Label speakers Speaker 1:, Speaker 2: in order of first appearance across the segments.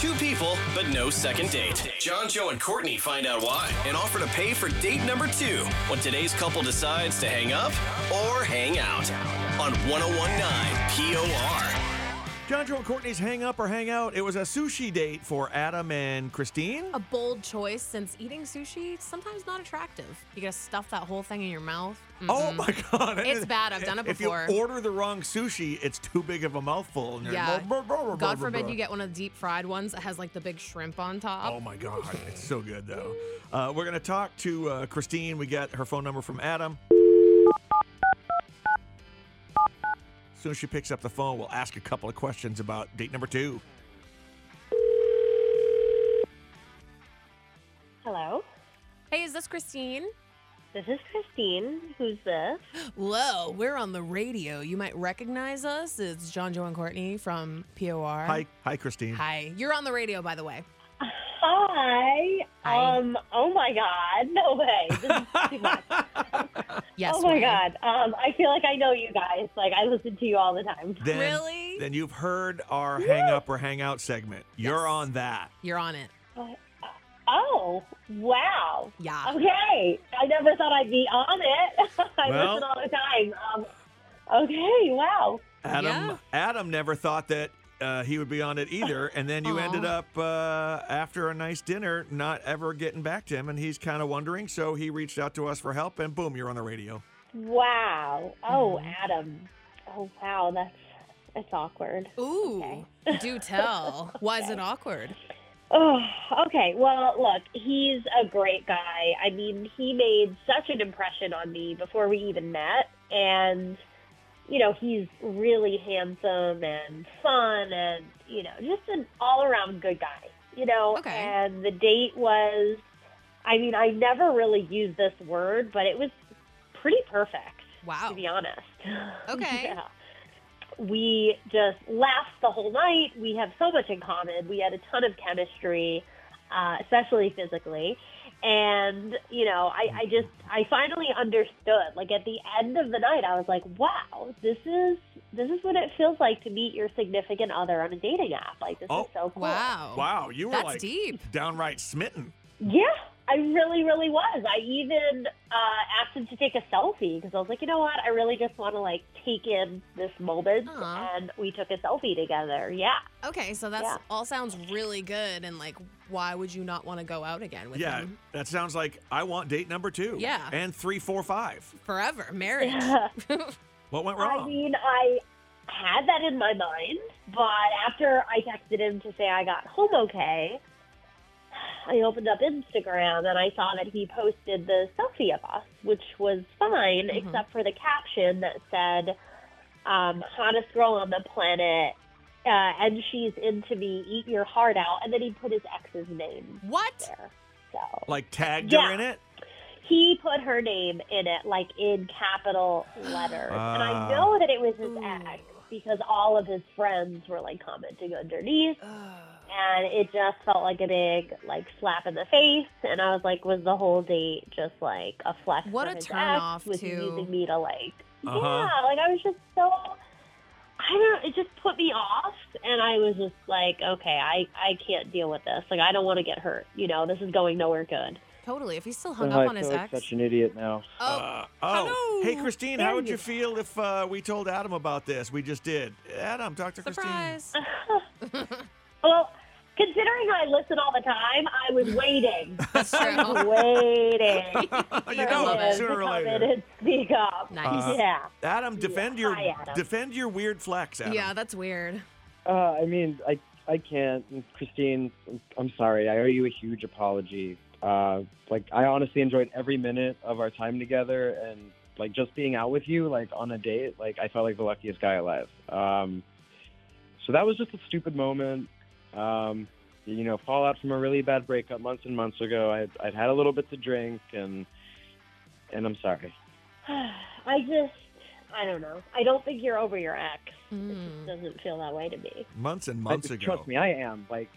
Speaker 1: Two people, but no second date. John, Joe, and Courtney find out why and offer to pay for date number two when today's couple decides to hang up or hang out on 1019 POR.
Speaker 2: John Joe and Courtney's hang up or hang out. It was a sushi date for Adam and Christine.
Speaker 3: a bold choice since eating sushi is sometimes not attractive. You gotta stuff that whole thing in your mouth. Mm.
Speaker 2: Oh my god,
Speaker 3: It's bad. I've done it before.
Speaker 2: If you order the wrong sushi, it's too big of a mouthful. And you're-
Speaker 3: Yeah.
Speaker 2: brr, brr, brr, brr,
Speaker 3: God
Speaker 2: brr,
Speaker 3: forbid
Speaker 2: brr.
Speaker 3: you get one of the deep fried ones that has like the big shrimp on top.
Speaker 2: Oh my god, it's so good though. Uh, we're gonna talk to uh, Christine. We got her phone number from Adam. As soon as she picks up the phone, we'll ask a couple of questions about date number two.
Speaker 4: Hello,
Speaker 3: Hey, is this Christine?
Speaker 4: this is Christine. Who's this?
Speaker 3: Whoa, we're on the radio. You might recognize us. It's John, Joe, and Courtney from POR.
Speaker 2: Hi, hi, Christine.
Speaker 3: Hi. You're on the radio, by the way.
Speaker 4: Hi.
Speaker 3: Hi.
Speaker 4: Um. Oh my God. No way. This is too much.
Speaker 3: Yes.
Speaker 4: oh my
Speaker 3: way.
Speaker 4: God. Um. I feel like I know you guys. Like I listen to you all the time.
Speaker 2: Then,
Speaker 3: Really?
Speaker 2: Then you've heard our hang up or hang out segment. You're on that.
Speaker 3: You're on it.
Speaker 4: Oh. Wow.
Speaker 3: Yeah.
Speaker 4: Okay. I never thought I'd be on it. I
Speaker 2: Well-
Speaker 4: listen all the time. Um. Okay. Wow.
Speaker 2: Adam
Speaker 3: Yeah.
Speaker 2: Adam never thought that uh, he would be on it either, and then you
Speaker 3: Aw.
Speaker 2: ended up uh, after a nice dinner not ever getting back to him, and he's kind of wondering, so he reached out to us for help, and boom, you're on the radio.
Speaker 4: Wow. Oh,
Speaker 3: Mhm.
Speaker 4: Adam. Oh, wow. That's that's awkward.
Speaker 3: Ooh. Do tell. Why is it awkward?
Speaker 4: Oh, okay. Well, look, he's a great guy. I mean, he made such an impression on me before we even met. And, you know, he's really handsome and fun and, you know, just an all around good guy, you know?
Speaker 3: Okay.
Speaker 4: And the date was, I mean, I never really used this word, but it was pretty perfect
Speaker 3: Wow.
Speaker 4: to be honest.
Speaker 3: Okay.
Speaker 4: Yeah. We just laughed the whole night. We have so much in common. We had a ton of chemistry, uh, especially physically. And, you know, I, I just, I finally understood. Like at the end of the night, I was like, wow, this is, this is what it feels like to meet your significant other on a dating app. Like this
Speaker 2: Oh.
Speaker 4: is so cool.
Speaker 3: Wow.
Speaker 2: Wow, you were
Speaker 3: That's
Speaker 2: like
Speaker 3: deep.
Speaker 2: downright smitten.
Speaker 4: Yeah, I really, really was. I even uh, asked him to take a selfie because I was like, you know what? I really just want to like take in this moment,
Speaker 3: Aw.
Speaker 4: and we took a selfie together. Yeah,
Speaker 3: Okay, so that's
Speaker 4: Yeah.
Speaker 3: all sounds really good. And like, why would you not want to go out again with
Speaker 2: yeah,
Speaker 3: him
Speaker 2: that sounds like I want date number two.
Speaker 3: Yeah.
Speaker 2: and three, four, five.
Speaker 3: forever? Marriage.
Speaker 2: What went
Speaker 4: I
Speaker 2: wrong?
Speaker 4: mean, I had that in my mind, but after I texted him to say I got home okay, I opened up Instagram and I saw that he posted the selfie of us, which was fine,
Speaker 3: Mhm.
Speaker 4: except for the caption that said, um, hottest girl on the planet, uh, and she's into me, eat your heart out. And then he put his ex's name
Speaker 3: what?
Speaker 4: there. So
Speaker 2: Like tagged her
Speaker 4: Yeah.
Speaker 2: in it.
Speaker 4: he put her name in it, like in capital letters. and
Speaker 2: Ah.
Speaker 4: I know that it was his
Speaker 3: Ooh.
Speaker 4: ex because all of his friends were like commenting underneath.
Speaker 3: Ugh.
Speaker 4: And it just felt like a big like slap in the face. And I was like, was the whole date just like a flex?
Speaker 3: What
Speaker 4: on
Speaker 3: a
Speaker 4: his
Speaker 3: turn
Speaker 4: ex?
Speaker 3: off,
Speaker 4: Was he
Speaker 3: too.
Speaker 4: using me to like,
Speaker 2: Uh-huh.
Speaker 4: yeah, like I was just so. I don't. It just put me off, and I was just like, okay, I I can't deal with this. Like, I don't want to get hurt. You know, this is going nowhere good.
Speaker 3: Totally. If he's still hung
Speaker 5: Oh, I
Speaker 3: up on
Speaker 5: feel
Speaker 3: his ex.
Speaker 5: like Such an idiot now.
Speaker 3: oh,
Speaker 2: Uh, oh,
Speaker 3: hello.
Speaker 2: hey Christine, how
Speaker 4: There
Speaker 2: would
Speaker 4: you
Speaker 2: you feel if uh, we told Adam about this? We just did. Adam, talk to Christine.
Speaker 3: surprise.
Speaker 4: Well, considering I listen all the time, I was waiting.
Speaker 3: That's
Speaker 2: Uh,
Speaker 3: true.
Speaker 4: waiting.
Speaker 2: you
Speaker 4: for
Speaker 2: know,
Speaker 3: love
Speaker 4: him
Speaker 3: it.
Speaker 4: to
Speaker 2: sooner or
Speaker 4: come in
Speaker 2: later.
Speaker 4: and speak up.
Speaker 3: nice.
Speaker 2: Uh,
Speaker 4: yeah.
Speaker 2: Adam, defend your
Speaker 4: Hi, Adam.
Speaker 2: defend your weird flex, Adam.
Speaker 3: yeah, that's weird.
Speaker 5: Uh, I mean, I I can't, Christine. I'm sorry. I owe you a huge apology. Uh, like I honestly enjoyed every minute of our time together, and like just being out with you, like on a date, like I felt like the luckiest guy alive. Um, so that was just a stupid moment. Um, you know, fallout from a really bad breakup months and months ago. I I'd had a little bit to drink, and and I'm sorry.
Speaker 4: I just, I don't know. I don't think you're over your ex. It
Speaker 3: Mm.
Speaker 4: just doesn't feel that way to me.
Speaker 2: months and months
Speaker 5: I-
Speaker 2: ago.
Speaker 5: Trust me, I am. Like,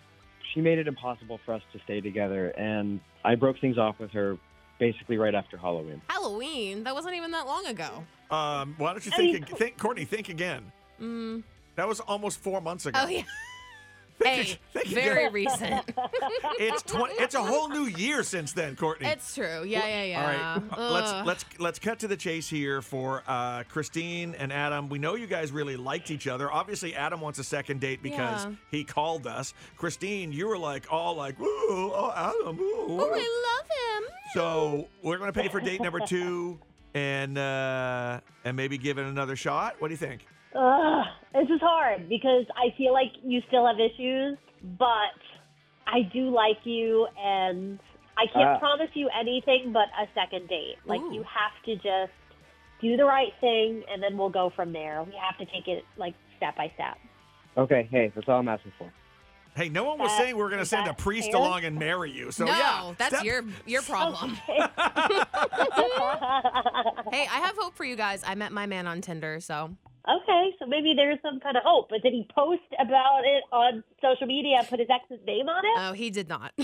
Speaker 5: she made it impossible for us to stay together, and I broke things off with her basically right after Halloween.
Speaker 3: Halloween. That wasn't even that long ago.
Speaker 2: Um, why don't you
Speaker 4: I
Speaker 2: think,
Speaker 4: mean-
Speaker 2: think, Courtney? Think again.
Speaker 3: Mm.
Speaker 2: That was almost four months ago.
Speaker 3: Oh yeah. Hey, very recent.
Speaker 2: It's twenty. It's a whole new year since then, Courtney.
Speaker 3: It's true. Yeah, yeah,
Speaker 2: All
Speaker 3: yeah.
Speaker 2: right, Uh, let's
Speaker 3: Ugh.
Speaker 2: let's let's cut to the chase here for uh, Christine and Adam. We know you guys really liked each other. Obviously, Adam wants a second date because
Speaker 3: Yeah.
Speaker 2: he called us. Christine, you were like all like, "Ooh, oh Adam, ooh."
Speaker 3: Oh, I love him.
Speaker 2: So we're gonna pay for date number two and uh, and maybe give it another shot. What do you think?
Speaker 4: Ugh, this is hard because I feel like you still have issues, but I do like you, and I can't
Speaker 5: Ah.
Speaker 4: promise you anything but a second date. Like
Speaker 3: Ooh.
Speaker 4: you have to just do the right thing, and then we'll go from there. We have to take it like step by step.
Speaker 5: Okay, hey, that's all I'm asking for.
Speaker 2: Hey, no one was
Speaker 4: That-
Speaker 2: saying we are gonna
Speaker 4: is
Speaker 2: send a
Speaker 4: that
Speaker 2: priest
Speaker 4: fair?
Speaker 2: along and marry you. So
Speaker 3: no,
Speaker 2: yeah,
Speaker 3: that's
Speaker 2: step-
Speaker 3: your your problem.
Speaker 4: okay,
Speaker 3: hey, I have hope for you guys. I met my man on Tinder, so
Speaker 4: so maybe there's some kind of hope. But did he post about it on social media and put his ex's name on it?
Speaker 3: oh, he did not.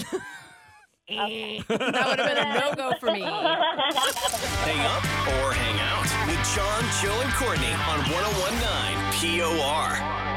Speaker 3: Eh, that would have been a no go for me. Uh,
Speaker 1: Hang up oh or hang out with John, Joe, and Courtney on 1019 POR.